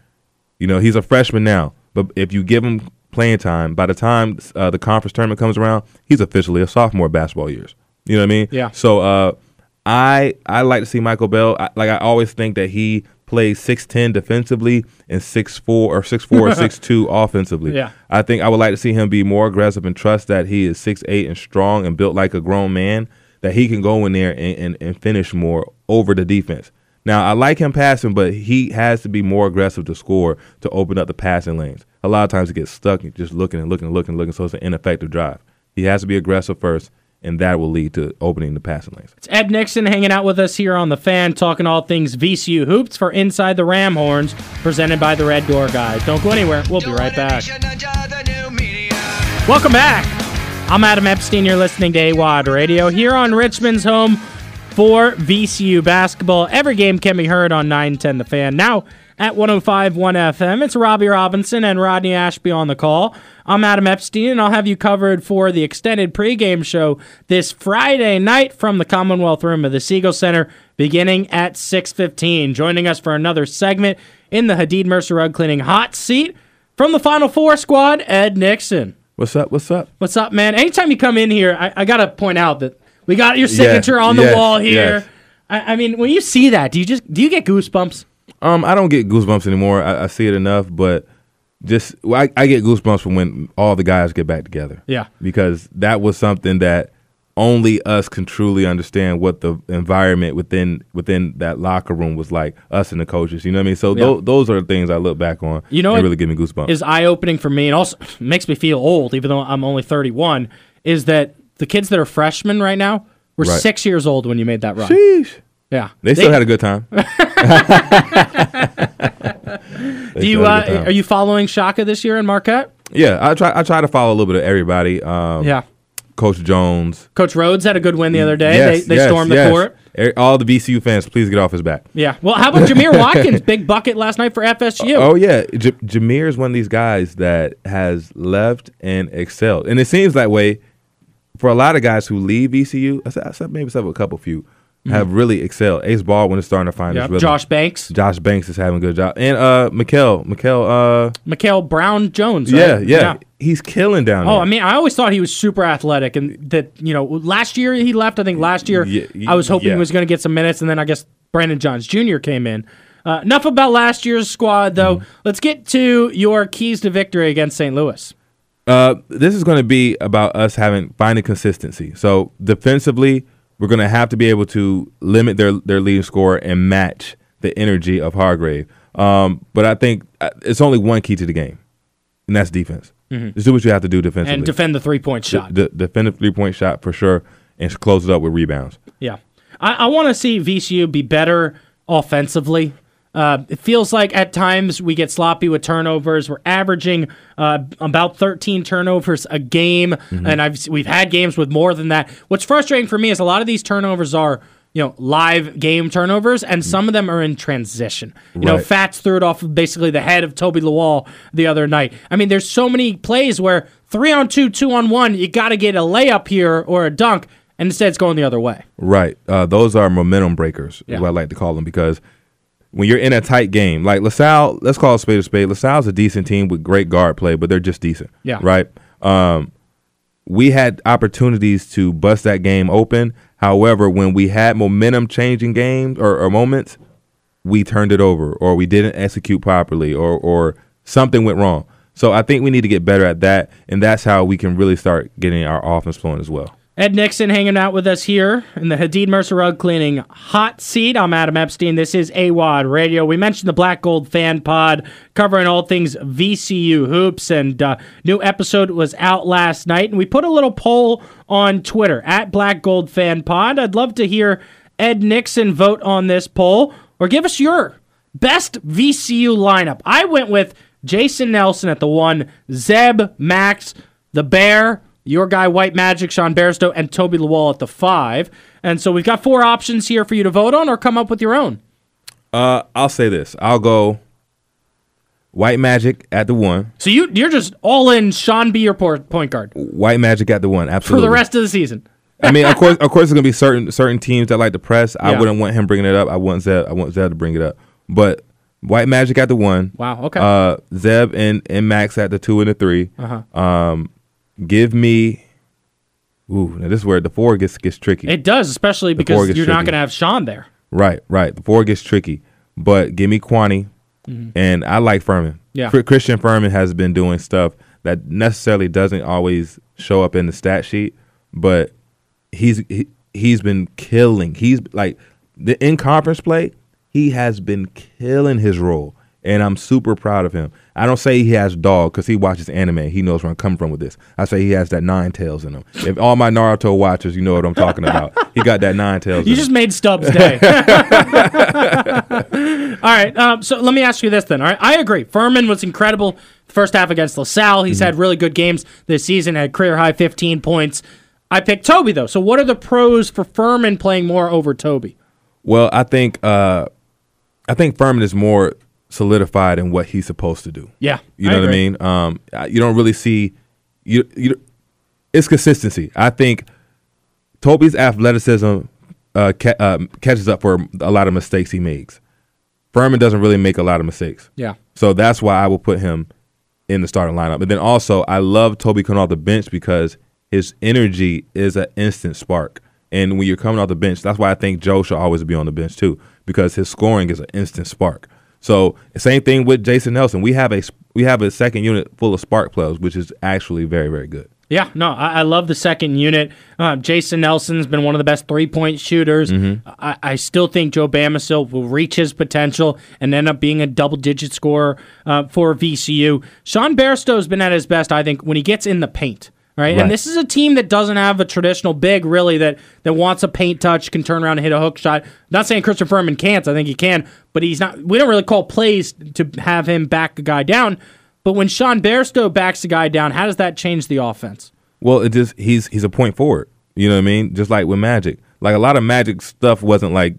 Speaker 7: You know, he's a freshman now, but if you give him playing time, by the time uh, the conference tournament comes around, he's officially a sophomore basketball years. You know what I mean?
Speaker 1: Yeah.
Speaker 7: So uh, I I like to see Michael Bell. I, like I always think that he plays six ten defensively and six four or six four or six two offensively.
Speaker 1: Yeah.
Speaker 7: I think I would like to see him be more aggressive and trust that he is six eight and strong and built like a grown man, that he can go in there and, and, and finish more over the defense. Now I like him passing, but he has to be more aggressive to score to open up the passing lanes. A lot of times he gets stuck and just looking and looking and looking and looking, so it's an ineffective drive. He has to be aggressive first, and that will lead to opening the passing lanes.
Speaker 1: It's Ed Nixon hanging out with us here on the fan, talking all things VCU hoops for Inside the Ram Horns, presented by the Red Door Guys. Don't go anywhere. We'll be right back. Welcome back. I'm Adam Epstein. You're listening to AWOD Radio here on Richmond's home for VCU basketball. Every game can be heard on 910 The Fan. Now at 105.1 FM, it's Robbie Robinson and Rodney Ashby on the call. I'm Adam Epstein, and I'll have you covered for the extended pregame show this Friday night from the Commonwealth Room of the Siegel Center beginning at 6.15. Joining us for another segment in the Hadid Mercer Rug Cleaning Hot Seat from the Final Four squad, Ed Nixon.
Speaker 7: What's up? What's up?
Speaker 1: What's up, man? Anytime you come in here, I, I gotta point out that we got your signature on the
Speaker 7: yes,
Speaker 1: wall here.
Speaker 7: yes.
Speaker 1: I, I mean, when you see that, do you just do you get goosebumps?
Speaker 7: Um, I don't get goosebumps anymore. I, I see it enough, but just well, I, I get goosebumps from when all the guys get back together.
Speaker 1: Yeah.
Speaker 7: because that was something that only us can truly understand what the environment within within that locker room was like. Us and the coaches, you know what I mean. So
Speaker 1: Yeah.
Speaker 7: tho- those are the things I look back on.
Speaker 1: You know
Speaker 7: they
Speaker 1: what
Speaker 7: really give me goosebumps.
Speaker 1: Is eye opening for me, and also makes me feel old, even though I'm only 31. Is that the kids that are freshmen right now were
Speaker 7: Right.
Speaker 1: six years old when you made that run?
Speaker 7: Sheesh.
Speaker 1: Yeah,
Speaker 7: They still had a good time.
Speaker 1: Do you uh,
Speaker 7: still had a good time.
Speaker 1: are you following Shaka this year in Marquette?
Speaker 7: yeah, I try. I try to follow a little bit of everybody. Um,
Speaker 1: Yeah,
Speaker 7: Coach Jones.
Speaker 1: Coach Rhodes had a good win the other day.
Speaker 7: Yes,
Speaker 1: they they
Speaker 7: yes,
Speaker 1: stormed the
Speaker 7: yes.
Speaker 1: court.
Speaker 7: Er- All the VCU fans, please get off his back.
Speaker 1: Yeah. Well, how about Jameer Watkins? Big bucket last night for FSU.
Speaker 7: Oh yeah, J- Jameer is one of these guys that has left and excelled, and it seems that way for a lot of guys who leave VCU. I said, I said maybe except a couple few have really excelled. Ace Baldwin is starting to
Speaker 1: Mm-hmm.
Speaker 7: find
Speaker 1: Yeah,
Speaker 7: his rhythm.
Speaker 1: Josh Banks,
Speaker 7: Josh Banks is having a good job, and uh, Mikel, Mikel, uh,
Speaker 1: Mikhail Brown Jones. right?
Speaker 7: yeah, yeah, he's killing down there.
Speaker 1: Oh, I mean, I always thought he was super athletic, and that you know, last year he left. I think last year
Speaker 7: Ye- ye-
Speaker 1: I was hoping
Speaker 7: yeah.
Speaker 1: he was going to get some minutes, and then I guess Brandon Johns Jr. came in. Uh, enough about last year's squad, though.
Speaker 7: Mm-hmm.
Speaker 1: Let's get to your keys to victory against St. Louis.
Speaker 7: Uh, this is going to be about us having finding consistency. So defensively, we're going to have to be able to limit their their leading score and match the energy of Hargrave. Um, but I think uh, it's only one key to the game, and that's defense. Just do what you have to do defensively.
Speaker 1: and defend the three point
Speaker 7: D-
Speaker 1: shot.
Speaker 7: d- defend a three point shot for sure, and close it up with rebounds.
Speaker 1: Yeah. I, I want to see VCU be better offensively. Uh, it feels like at times we get sloppy with turnovers. We're averaging uh, about 13 turnovers a game, and I've we've had games with more than that. What's frustrating for me is a lot of these turnovers are you know live game turnovers, and some of them are in transition. You know,
Speaker 7: Right.
Speaker 1: Fats threw it off of basically the head of Toby Lawal the other night. I mean, there's so many plays where three on two, two on one, you got to get a layup here or a dunk, and instead it's going the other way.
Speaker 7: Right. Uh, those are momentum breakers,
Speaker 1: Yeah.
Speaker 7: is what I like to call them, because when you're in a tight game, like LaSalle, let's call a spade a spade. LaSalle's a decent team with great guard play, but they're just decent.
Speaker 1: Yeah.
Speaker 7: Right. Um, we had opportunities to bust that game open. However, when we had momentum changing games or, or moments, we turned it over or we didn't execute properly or or something went wrong. So I think we need to get better at that, and that's how we can really start getting our offense flowing as well.
Speaker 1: Ed Nixon hanging out with us here in the Hadid Mercer Rug Cleaning Hot Seat. I'm Adam Epstein. This is AWOD Radio. We mentioned the Black Gold Fan Pod covering all things VCU hoops, and uh, new episode was out last night. And we put a little poll on Twitter at Black Gold Fan Pod. I'd love to hear Ed Nixon vote on this poll or give us your best VCU lineup. I went with Jason Nelson at the one, Zeb Max, the Bear, your guy White Magic, Sean Bairstow, and Toby Lawal at the five. And so we've got four options here for you to vote on or come up with your own.
Speaker 7: Uh, I'll say this: I'll go White Magic at the one,
Speaker 1: So you you're just all in Sean B your por- point guard
Speaker 7: White Magic at the one.
Speaker 1: for
Speaker 7: Absolutely.
Speaker 1: the rest of the season.
Speaker 7: I mean, of course, of course, there's gonna be certain certain teams that like to press. I
Speaker 1: Yeah.
Speaker 7: wouldn't want him bringing it up. I want Zeb. I want Zeb to bring it up. But White Magic at the one.
Speaker 1: Wow, okay.
Speaker 7: Uh, Zeb and and Max at the two and the 3
Speaker 1: Uh-huh.
Speaker 7: Um, give me. Ooh, now this is where the four gets gets tricky.
Speaker 1: It does, especially because
Speaker 7: four
Speaker 1: you're
Speaker 7: gets
Speaker 1: not
Speaker 7: tricky.
Speaker 1: going to have Sean there.
Speaker 7: Right, right. The four gets tricky, but give me Kwani, and I like Furman.
Speaker 1: Mm-hmm. Yeah.
Speaker 7: Chr- Christian Furman has been doing stuff that necessarily doesn't always show up in the stat sheet, but he's he, he's been killing. He's like the in conference play, he has been killing his role, and I'm super proud of him. I don't say he has dog because he watches anime. He knows where I'm coming from with this. I say he has that nine tails in him. If all my Naruto watchers, you know what I'm talking about. he got that nine tails.
Speaker 1: You
Speaker 7: in him.
Speaker 1: just made Stubbs day. all right. Um, so let me ask you this then. All right. I agree. Furman was incredible first half against LaSalle.
Speaker 7: Mm-hmm.
Speaker 1: He's had really good games this season, had career high 15 points. I picked Toby, though. So what are the pros for Furman playing more over Toby?
Speaker 7: Well, I think uh, I think Furman is more solidified in what he's supposed to do.
Speaker 1: Yeah.
Speaker 7: you know what I mean. Um, I- you don't really see you you. It's consistency. I think Toby's athleticism uh, ca- uh, catches up for a lot of mistakes he makes. Furman doesn't really make a lot of mistakes.
Speaker 1: Yeah.
Speaker 7: So that's why I will put him in the starting lineup. And then also, I love Toby coming off the bench because his energy is an instant spark. And when you're coming off the bench, that's why I think Joe should always be on the bench too because his scoring is an instant spark. So same thing with Jason Nelson. We have a s- we have a second unit full of spark plugs, which is actually very very good.
Speaker 1: Yeah, no, I, I love the second unit. Uh, Jason Nelson's been one of the best three point shooters. I, I still think Joe Bamisil will reach his potential and end up being a double digit scorer uh, for VCU. Sean Barstow's been at his best, I think, when he gets in the paint. Right?
Speaker 7: Right.
Speaker 1: and this is a team that doesn't have a traditional big really that that wants a paint touch, can turn around and hit a hook shot. not saying Christian Furman can't, I think he can, but he's not. We don't really call plays to have him back a guy down. But when Sean Bairstow backs a guy down, how does that change the offense?
Speaker 7: Well, it just he's he's a point forward. You know what I mean? Just like with Magic, like a lot of Magic stuff wasn't like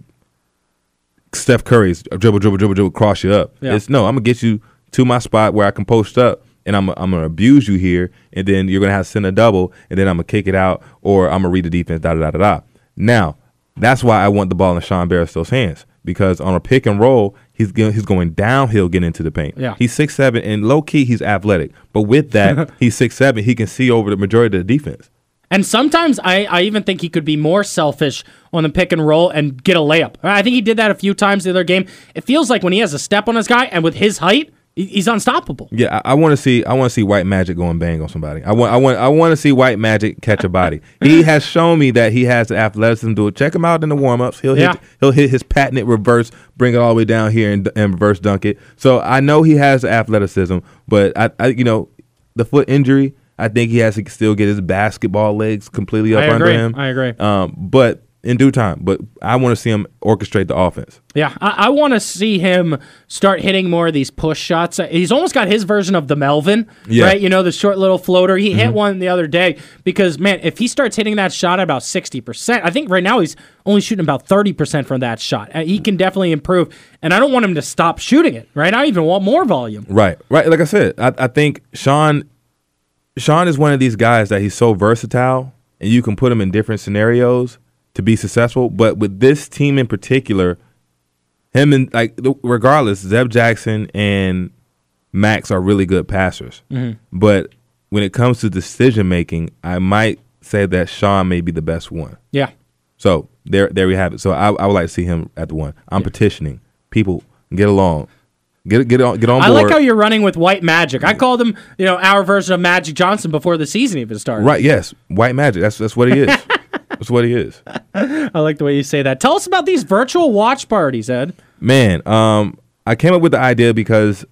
Speaker 7: Steph Curry's dribble, dribble, dribble, dribble, cross you up.
Speaker 1: Yeah.
Speaker 7: It's no, I'm gonna get you to my spot where I can post up, and I'm I'm gonna abuse you here, and then you're gonna have to send a double, and then I'm gonna kick it out, or I'm gonna read the defense, da da da da da. Now, that's why I want the ball in Sean Barristow's hands because on a pick and roll, he's go- he's going downhill, getting into the paint.
Speaker 1: Yeah.
Speaker 7: he's six seven, and low key he's athletic, but with that he's six seven, he can see over the majority of the defense.
Speaker 1: And sometimes I, I even think he could be more selfish on the pick and roll and get a layup. I think he did that a few times the other game. It feels like when he has a step on his guy and with his height, he- he's unstoppable.
Speaker 7: Yeah, I, I want to see I want to see White Magic go and bang on somebody. I want I want I want to see White Magic catch a body. he has shown me that he has the athleticism to do it. Check him out in the warm ups. He'll
Speaker 1: Yeah.
Speaker 7: hit he'll hit his patented reverse, bring it all the way down here and, and reverse dunk it. So I know he has the athleticism, but I, I you know the foot injury. I think he has to still get his basketball legs completely up
Speaker 1: I
Speaker 7: under
Speaker 1: agree.
Speaker 7: him.
Speaker 1: I agree.
Speaker 7: Um, but in due time. But I want to see him orchestrate the offense.
Speaker 1: Yeah, I, I want to see him start hitting more of these push shots. Uh, He's almost got his version of the Melvin,
Speaker 7: Yeah. Mm-hmm.
Speaker 1: right? You know, the short little floater. He hit one the other day because, man, if he starts hitting that shot at about 60%, I think right now he's only shooting about 30% from that shot. Uh, He can definitely improve, and I don't want him to stop shooting it, right? I even want more volume.
Speaker 7: Right, right. Like I said, I, I think Sean, Sean is one of these guys that he's so versatile, and you can put him in different scenarios to be successful. But with this team in particular, him and like the- regardless, Zeb Jackson and Max are really good passers.
Speaker 1: Mm-hmm.
Speaker 7: But when it comes to decision making, I might say that Sean may be the best one.
Speaker 1: Yeah.
Speaker 7: So there, there we have it. So I, I would like to see him at the one. I'm petitioning people get along, get get on, get on
Speaker 1: I
Speaker 7: board.
Speaker 1: like how you're running with white magic. I called him, you know, our version of Magic Johnson before the season even started.
Speaker 7: right. Yes, white magic. That's that's what he is. that's what he is.
Speaker 1: I like the way you say that. Tell us about these virtual watch parties, Ed.
Speaker 7: Man, um, I came up with the idea because,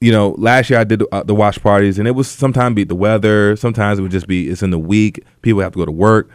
Speaker 7: you know, last year I did the, uh, the watch parties, and it was sometimes be the weather, sometimes it would just be it's in the week, people have to go to work.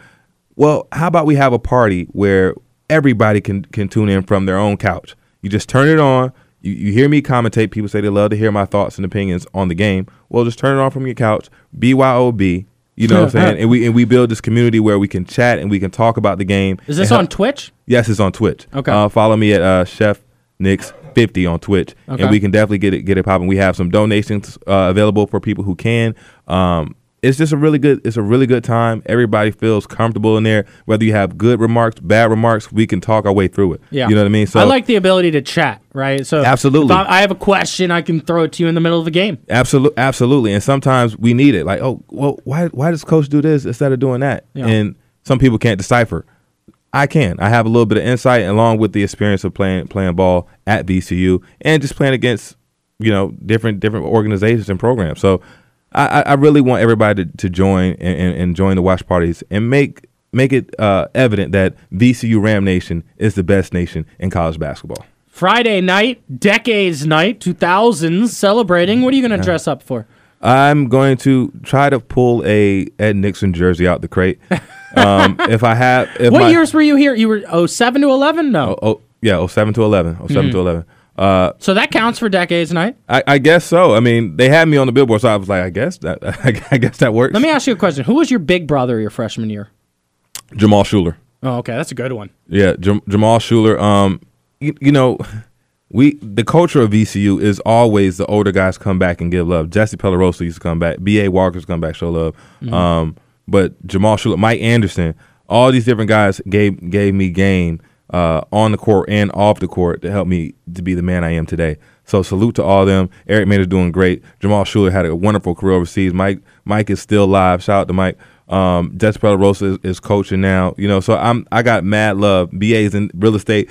Speaker 7: Well, how about we have a party where everybody can can tune in from their own couch? You just turn it on. You, you hear me commentate. People say they love to hear my thoughts and opinions on the game. Well, just turn it on from your couch. BYOB. You know what I'm saying? And we and we build this community where we can chat and we can talk about the game.
Speaker 1: Is this
Speaker 7: and
Speaker 1: on
Speaker 7: help-
Speaker 1: Twitch?
Speaker 7: Yes, it's on Twitch.
Speaker 1: Okay.
Speaker 7: Uh, follow me at uh, Chef Nix fifty on Twitch,
Speaker 1: Okay.
Speaker 7: and we can definitely get it get it popping. We have some donations uh, available for people who can. Um, it's just a really good it's a really good time. Everybody feels comfortable in there. Whether you have good remarks, bad remarks, we can talk our way through it.
Speaker 1: Yeah.
Speaker 7: you know what I mean. So
Speaker 1: I like the ability to chat, right? So
Speaker 7: Absolutely.
Speaker 1: if I, I have a question, I can throw it to you in the middle of a game.
Speaker 7: Absolutely, absolutely. And sometimes we need it. Like, oh, well, why why does coach do this instead of doing that?
Speaker 1: Yeah.
Speaker 7: And some people can't decipher. I can. I have a little bit of insight along with the experience of playing playing ball at VCU and just playing against you know different different organizations and programs. So I, I I really want everybody to, to join and, and, and join the watch parties and make make it uh, evident that VCU Ram Nation is the best nation in college basketball.
Speaker 1: Friday night, decades night, 2000s, celebrating. What are you going to dress up for?
Speaker 7: I'm going to try to pull a Ed Nixon jersey out the crate. Um, if I have, if
Speaker 1: What
Speaker 7: my,
Speaker 1: years were you here? You were 07 to 11? No.
Speaker 7: Oh yeah, oh seven to eleven, oh
Speaker 1: Hmm.
Speaker 7: seven to eleven. Uh,
Speaker 1: So that counts for decades night.
Speaker 7: I, I guess so. I mean, they had me on the billboard, so I was like, I guess that, I guess that works.
Speaker 1: Let me ask you a question. Who was your big brother your freshman year?
Speaker 7: Jamal Schuler.
Speaker 1: Oh, okay. That's a good one.
Speaker 7: Yeah, Jam- Jamal Schuler. Um, you, you know, we the culture of VCU is always the older guys come back and give love. Jesse Pelarosa used to come back. B.A. Walker's come back, show love. Um, but Jamal Schuler, Mike Anderson, all these different guys gave gave me game uh, on the court and off the court to help me to be the man I am today. So salute to all of them. Eric Maynard's doing great. Jamal Schuler had a wonderful career overseas. Mike Mike is still live. Shout out to Mike. Um, Des Rosa is, is coaching now. You know, so I'm I got mad love. BA's in real estate.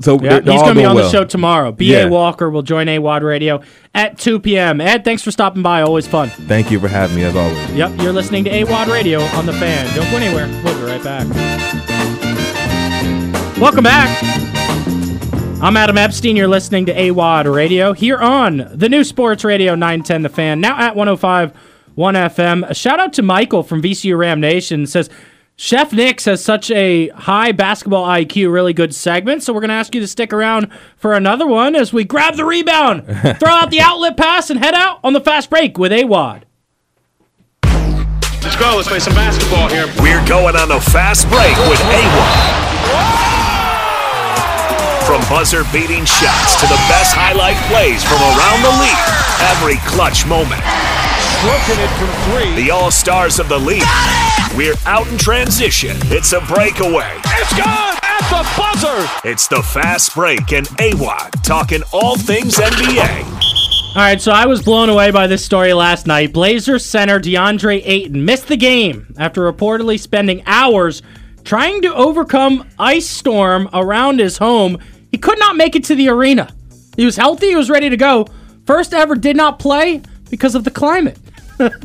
Speaker 7: So
Speaker 1: Yeah,
Speaker 7: they're-
Speaker 1: he's
Speaker 7: they're
Speaker 1: going
Speaker 7: all
Speaker 1: to be
Speaker 7: doing
Speaker 1: on the
Speaker 7: well.
Speaker 1: show tomorrow. B.A.
Speaker 7: Yeah.
Speaker 1: Walker will join AWOD Radio at 2 p.m. Ed, thanks for stopping by. Always fun.
Speaker 7: Thank you for having me as always.
Speaker 1: Yep, you're listening to AWOD Radio on the fan. Don't go anywhere. We'll be right back. Welcome back. I'm Adam Epstein. You're listening to AWOD Radio here on the new Sports Radio 910 The Fan, now at 105 1 FM. A shout out to Michael from VCU Ram Nation says, Chef Nix has such a high basketball IQ, really good segment. So we're going to ask you to stick around for another one as we grab the rebound, throw out the outlet pass, and head out on the fast break with AWOD.
Speaker 8: Let's go. Let's play some basketball here.
Speaker 2: We're going on a fast break with A1. From buzzer beating shots to the best highlight plays from around the league, every clutch moment.
Speaker 8: Looking it from three.
Speaker 2: The all stars of the league. We're out in transition. It's a breakaway.
Speaker 8: It's good at the buzzer.
Speaker 2: It's the fast break and AWOD talking all things NBA.
Speaker 1: All right, so I was blown away by this story last night. Blazers center DeAndre Ayton missed the game after reportedly spending hours trying to overcome ice storm around his home. He could not make it to the arena. He was healthy, he was ready to go. First ever did not play because of the climate.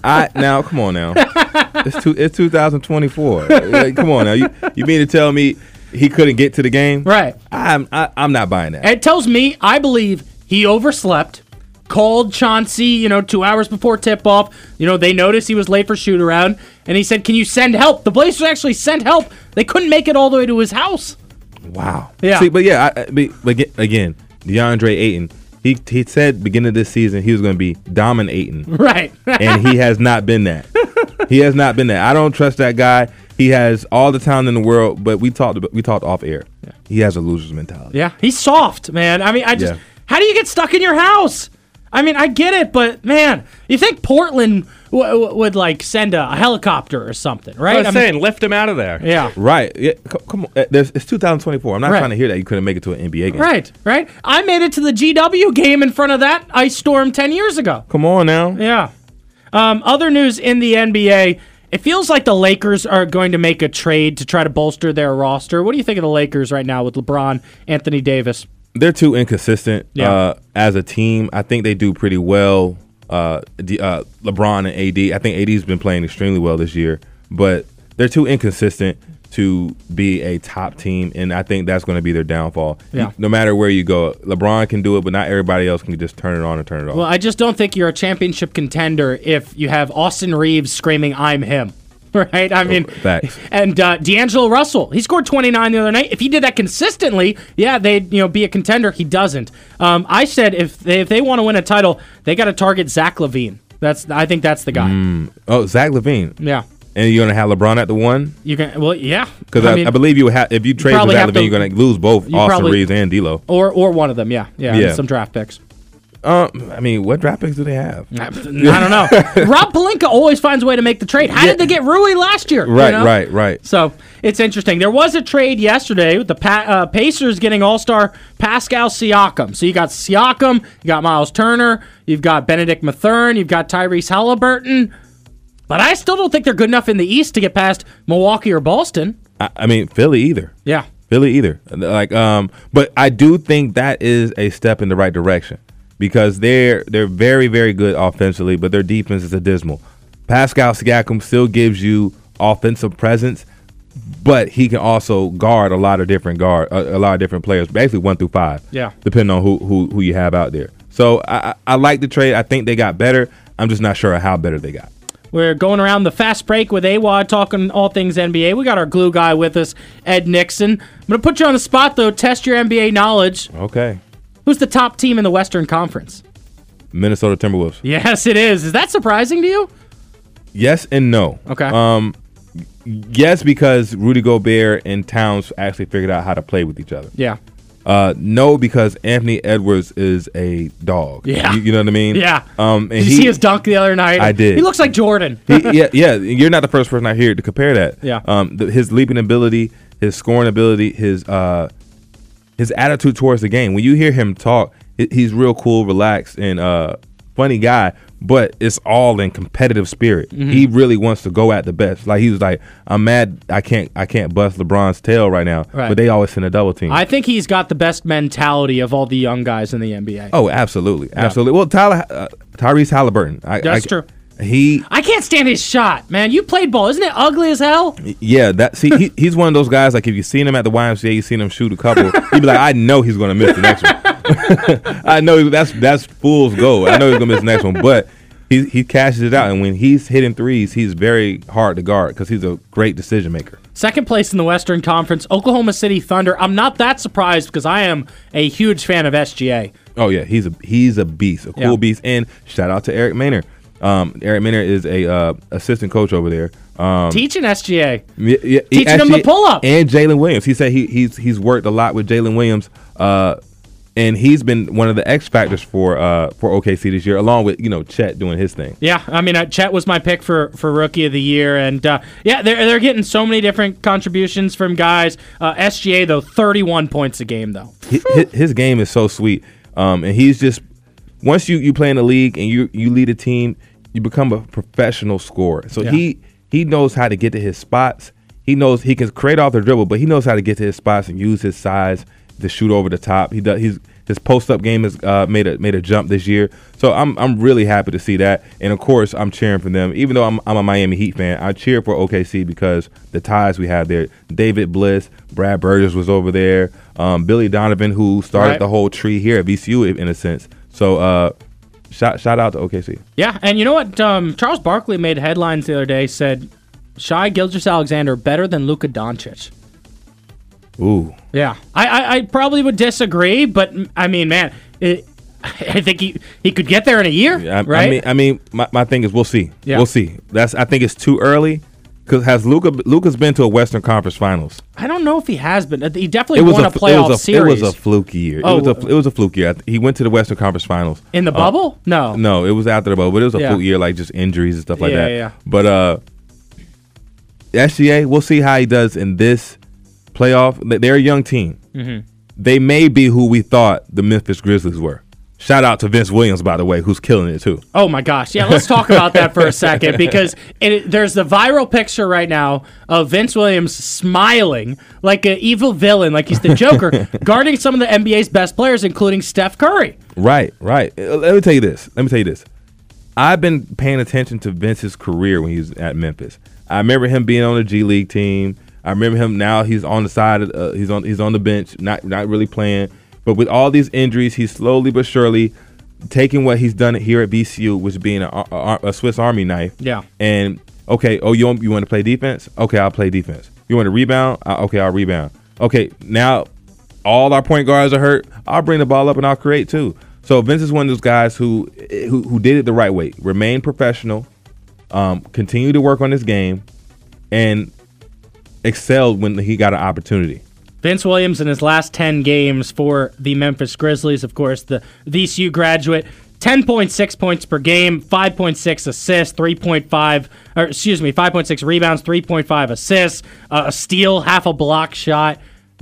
Speaker 7: I now come on now. It's two, it's 2024. Like, come on now. You you mean to tell me he couldn't get to the game?
Speaker 1: Right.
Speaker 7: I'm I, I'm not buying that.
Speaker 1: It tells me, I believe he overslept, called Chauncey, you know, two hours before tip off. You know, they noticed he was late for shoot around, and he said, Can you send help? The Blazers actually sent help. They couldn't make it all the way to his house.
Speaker 7: Wow.
Speaker 1: Yeah.
Speaker 7: See, but yeah, I, I- but, but ge- again, DeAndre Ayton. He he said beginning of this season he was going to be dominating,
Speaker 1: Right.
Speaker 7: and he has not been that. He has not been that. I don't trust that guy. He has all the time in the world, but we talked about- we talked off air. He has a loser's mentality.
Speaker 1: yeah. He's soft, man. I mean, I just,
Speaker 7: Yeah.
Speaker 1: how do you get stuck in your house? I mean, I get it, but man, you think Portland w- w- would like send a helicopter or something, right?
Speaker 6: I was
Speaker 1: I mean-
Speaker 6: saying, lift him out of there.
Speaker 1: yeah.
Speaker 7: Right. Yeah. c- Come on. Uh, There's, it's 2024. I'm not
Speaker 1: Right.
Speaker 7: trying to hear that you couldn't make it to an NBA game.
Speaker 1: Right, right. I made it to the GW game in front of that ice storm 10 years ago.
Speaker 7: Come on now.
Speaker 1: Yeah. Um, other news in the NBA, it feels like the Lakers are going to make a trade to try to bolster their roster. What do you think of the Lakers right now with LeBron, Anthony Davis?
Speaker 7: They're too inconsistent
Speaker 1: Yeah.
Speaker 7: uh, as a team. I think they do pretty well. Uh, D, uh, LeBron and AD. I think AD's been playing extremely well this year, but they're too inconsistent to be a top team, and I think that's going to be their downfall.
Speaker 1: Yeah.
Speaker 7: No matter where you go, LeBron can do it, but not everybody else can just turn it on and turn it off.
Speaker 1: Well, I just don't think you're a championship contender if you have Austin Reeves screaming, I'm him. Right? I mean,
Speaker 7: Facts.
Speaker 1: and uh, D'Angelo Russell, he scored 29 the other night. If he did that consistently, yeah, they'd you know be a contender. He doesn't. Um, I said if they, if they want to win a title, they got to target Zach Levine. That's I think that's the guy.
Speaker 7: oh, Zach Levine.
Speaker 1: Yeah,
Speaker 7: And you're going to have LeBron at the one?
Speaker 1: you can. Well, yeah,
Speaker 7: Because I, I,
Speaker 1: mean,
Speaker 7: believe you would have, if you trade for
Speaker 1: probably
Speaker 7: Zach
Speaker 1: have to-
Speaker 7: Levine, you're going to lose both
Speaker 1: You
Speaker 7: Austin
Speaker 1: probably-
Speaker 7: Reeves and D'Lo.
Speaker 1: or or one of them. Yeah, yeah, and
Speaker 7: Yeah.
Speaker 1: some draft picks.
Speaker 7: Um, I mean, what draft picks do they have?
Speaker 1: I don't know. Rob Palinka always finds a way to make the trade. How did they get Rui last year? you
Speaker 7: Right,
Speaker 1: know?
Speaker 7: right, right.
Speaker 1: So it's interesting. There was a trade yesterday with the pa- uh, Pacers getting All Star Pascal Siakam. So you got Siakam, you got Miles Turner, you've got Benedict Mathern, you've got Tyrese Halliburton. But I still don't think they're good enough in the East to get past Milwaukee or Boston.
Speaker 7: I, I mean, Philly either.
Speaker 1: Yeah,
Speaker 7: Philly either. Like, um, but I do think that is a step in the right direction because they're they're very very good offensively, but their defense is a dismal. Pascal Siakam still gives you offensive presence, but he can also guard a lot of different guard a, a lot of different players, basically one through five.
Speaker 1: Yeah.
Speaker 7: depending on who who, who you have out there. So I, I I like the trade. I think they got better. I'm just not sure how better they got.
Speaker 1: We're going around the fast break with AWOD talking all things NBA. We got our glue guy with us, Ed Nixon. I'm going to put you on the spot, though. Test your NBA knowledge.
Speaker 7: Okay,
Speaker 1: Who's the top team in the Western Conference?
Speaker 7: Minnesota Timberwolves.
Speaker 1: Yes, it is. Is that surprising to you?
Speaker 7: Yes and no.
Speaker 1: Okay.
Speaker 7: Um, yes, because Rudy Gobert and Towns actually figured out how to play with each other.
Speaker 1: Yeah.
Speaker 7: Uh, no, because Anthony Edwards is a dog.
Speaker 1: Yeah.
Speaker 7: You, you know what I mean?
Speaker 1: Yeah.
Speaker 7: Um, and
Speaker 1: did you
Speaker 7: he,
Speaker 1: see his dunk the other night?
Speaker 7: I did.
Speaker 1: He looks like Jordan.
Speaker 7: he- yeah, yeah. You're not the first person I hear to compare that.
Speaker 1: Yeah.
Speaker 7: Um, the, his leaping ability, his scoring ability, his uh, his attitude towards the game. When you hear him talk, he- he's real cool, relaxed, and uh, funny guy. But it's all in competitive spirit.
Speaker 1: Mm-hmm.
Speaker 7: He really wants to go at the best. Like he was like, I'm mad I can't I can't bust LeBron's tail right now.
Speaker 1: Right.
Speaker 7: But they always send a double team.
Speaker 1: I think he's got the best mentality of all the young guys in the NBA.
Speaker 7: oh, absolutely, absolutely. Well, Tyler uh, Tyrese Halliburton. I,
Speaker 1: That's
Speaker 7: I-
Speaker 1: true.
Speaker 7: He
Speaker 1: I can't stand his shot, man. You played ball. Isn't it ugly as hell?
Speaker 7: Yeah, that see, he, he's one of those guys. Like if you've seen him at the YMCA, you've seen him shoot a couple. You'd be like, I know he's gonna miss the next one. I know that's that's fool's gold. I know he's gonna miss the next one, but he he cashes it out. And when he's hitting threes, he's very hard to guard because he's a great decision maker.
Speaker 1: Second place in the Western Conference, Oklahoma City Thunder. I'm not that surprised because I am a huge fan of SGA.
Speaker 7: Oh yeah, he's a he's a beast, a cool
Speaker 1: Yeah.
Speaker 7: beast. And shout out to Eric Maynard. Um, Eric Maynard is a uh, assistant coach over there. Um,
Speaker 1: Teaching SGA.
Speaker 7: Yeah, yeah, he
Speaker 1: Teaching him the
Speaker 7: actually-
Speaker 1: pull-up.
Speaker 7: And Jalen Williams. He said he he's he's worked a lot with Jalen Williams, uh, and he's been one of the X factors for uh for OKC this year, along with you know Chet doing his thing.
Speaker 1: Yeah, I mean, uh, Chet was my pick for, for rookie of the year, and uh, yeah, they're they're getting so many different contributions from guys. Uh, SGA though, 31 points a game though.
Speaker 7: Hi- hi- his, game is so sweet, um, and he's just once you you play in the league and you you lead a team, you become a professional scorer. So
Speaker 1: Yeah.
Speaker 7: he he knows how to get to his spots. He knows he can create off the dribble, but he knows how to get to his spots and use his size to shoot over the top. He does. He's his post up game has uh, made a made a jump this year. So I'm I'm really happy to see that. And of course, I'm cheering for them. Even though I'm I'm a Miami Heat fan, I cheer for OKC because the ties we have there. David Bliss, Brad Burgess was over there. Um, Billy Donovan, who started
Speaker 1: Right.
Speaker 7: the whole tree here at VCU in a sense. So uh, shout shout out to OKC.
Speaker 1: Yeah, and you know what? Um, Charles Barkley made headlines the other day. Said Shy Gilgis Alexander better than Luka Doncic.
Speaker 7: Ooh,
Speaker 1: Yeah, I, I I probably would disagree, but mm, I mean, man, it, I think he he could get there in a year,
Speaker 7: I, I
Speaker 1: right?
Speaker 7: mean, I mean, my, my thing is we'll see.
Speaker 1: Yeah.
Speaker 7: We'll see. That's I think it's too early. Cause has Luca Luca's been to a Western Conference Finals?
Speaker 1: I don't know if he has been. He definitely won a,
Speaker 7: fl-
Speaker 1: playoff
Speaker 7: it was a,
Speaker 1: series
Speaker 7: It was a fluke year.
Speaker 1: Oh.
Speaker 7: it was a it was a fluke year. I th- He went to the Western Conference Finals
Speaker 1: in the
Speaker 7: Uh,
Speaker 1: bubble. No,
Speaker 7: no, it was after the bubble, but it was a
Speaker 1: Yeah.
Speaker 7: fluke year, like just injuries and stuff like
Speaker 1: Yeah,
Speaker 7: that.
Speaker 1: yeah.
Speaker 7: But uh, SGA, we'll see how he does in this playoff. They- They're a young team.
Speaker 1: Mm-hmm.
Speaker 7: They may be who we thought the Memphis Grizzlies were. Shout out to Vince Williams, by the way, who's killing it too.
Speaker 1: Oh my gosh. Yeah, let's talk about that for a second because it, there's the viral picture right now of Vince Williams smiling like an evil villain, like he's the Joker, guarding some of the NBA's best players, including Steph Curry.
Speaker 7: Right, right. Uh, Let me tell you this. Let me tell you this. I've been paying attention to Vince's career when he was at Memphis. I remember him being on the G League team. I remember him now. He's on the side. Of, uh, he's on. He's on the bench, not not really playing. But with all these injuries, he's slowly but surely taking what he's done here at BCU, which being a, a, a Swiss Army knife.
Speaker 1: Yeah.
Speaker 7: And okay, oh, you want, you want to play defense? Okay, I'll play defense. You want to rebound? Uh, okay, I'll rebound. Okay, now all our point guards are hurt. I'll bring the ball up and I'll create too. So Vince is one of those guys who who, who did it the right way. Remain professional, um, continue to work on his game, and excelled when he got an opportunity.
Speaker 1: Vince Williams in his last 10 games for the Memphis Grizzlies, of course, the VCU graduate, 10.6 points per game, 5.6 assists, 3.5, or excuse me, 5.6 rebounds, 3.5 assists, uh, a steal, half a block shot.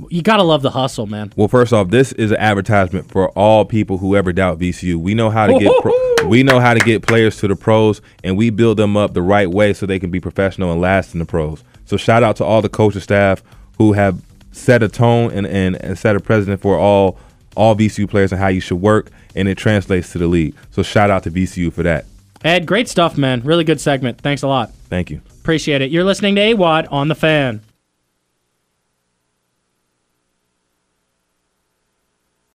Speaker 1: You got to love the hustle, man.
Speaker 7: Well, first off, this is an advertisement for all people who ever doubt VCU. We know how to get pro- we know how to get players to the pros, and we build them up the right way so they can be professional and last in the pros. So shout out to all the coaching staff who have set a tone and, and, and set a precedent for all all VCU players and how you should work, and it translates to the league. So shout out to VCU for that.
Speaker 1: Ed, great stuff, man. Really good segment. Thanks a lot.
Speaker 7: Thank you.
Speaker 1: Appreciate it. You're listening to AWOD on the fan.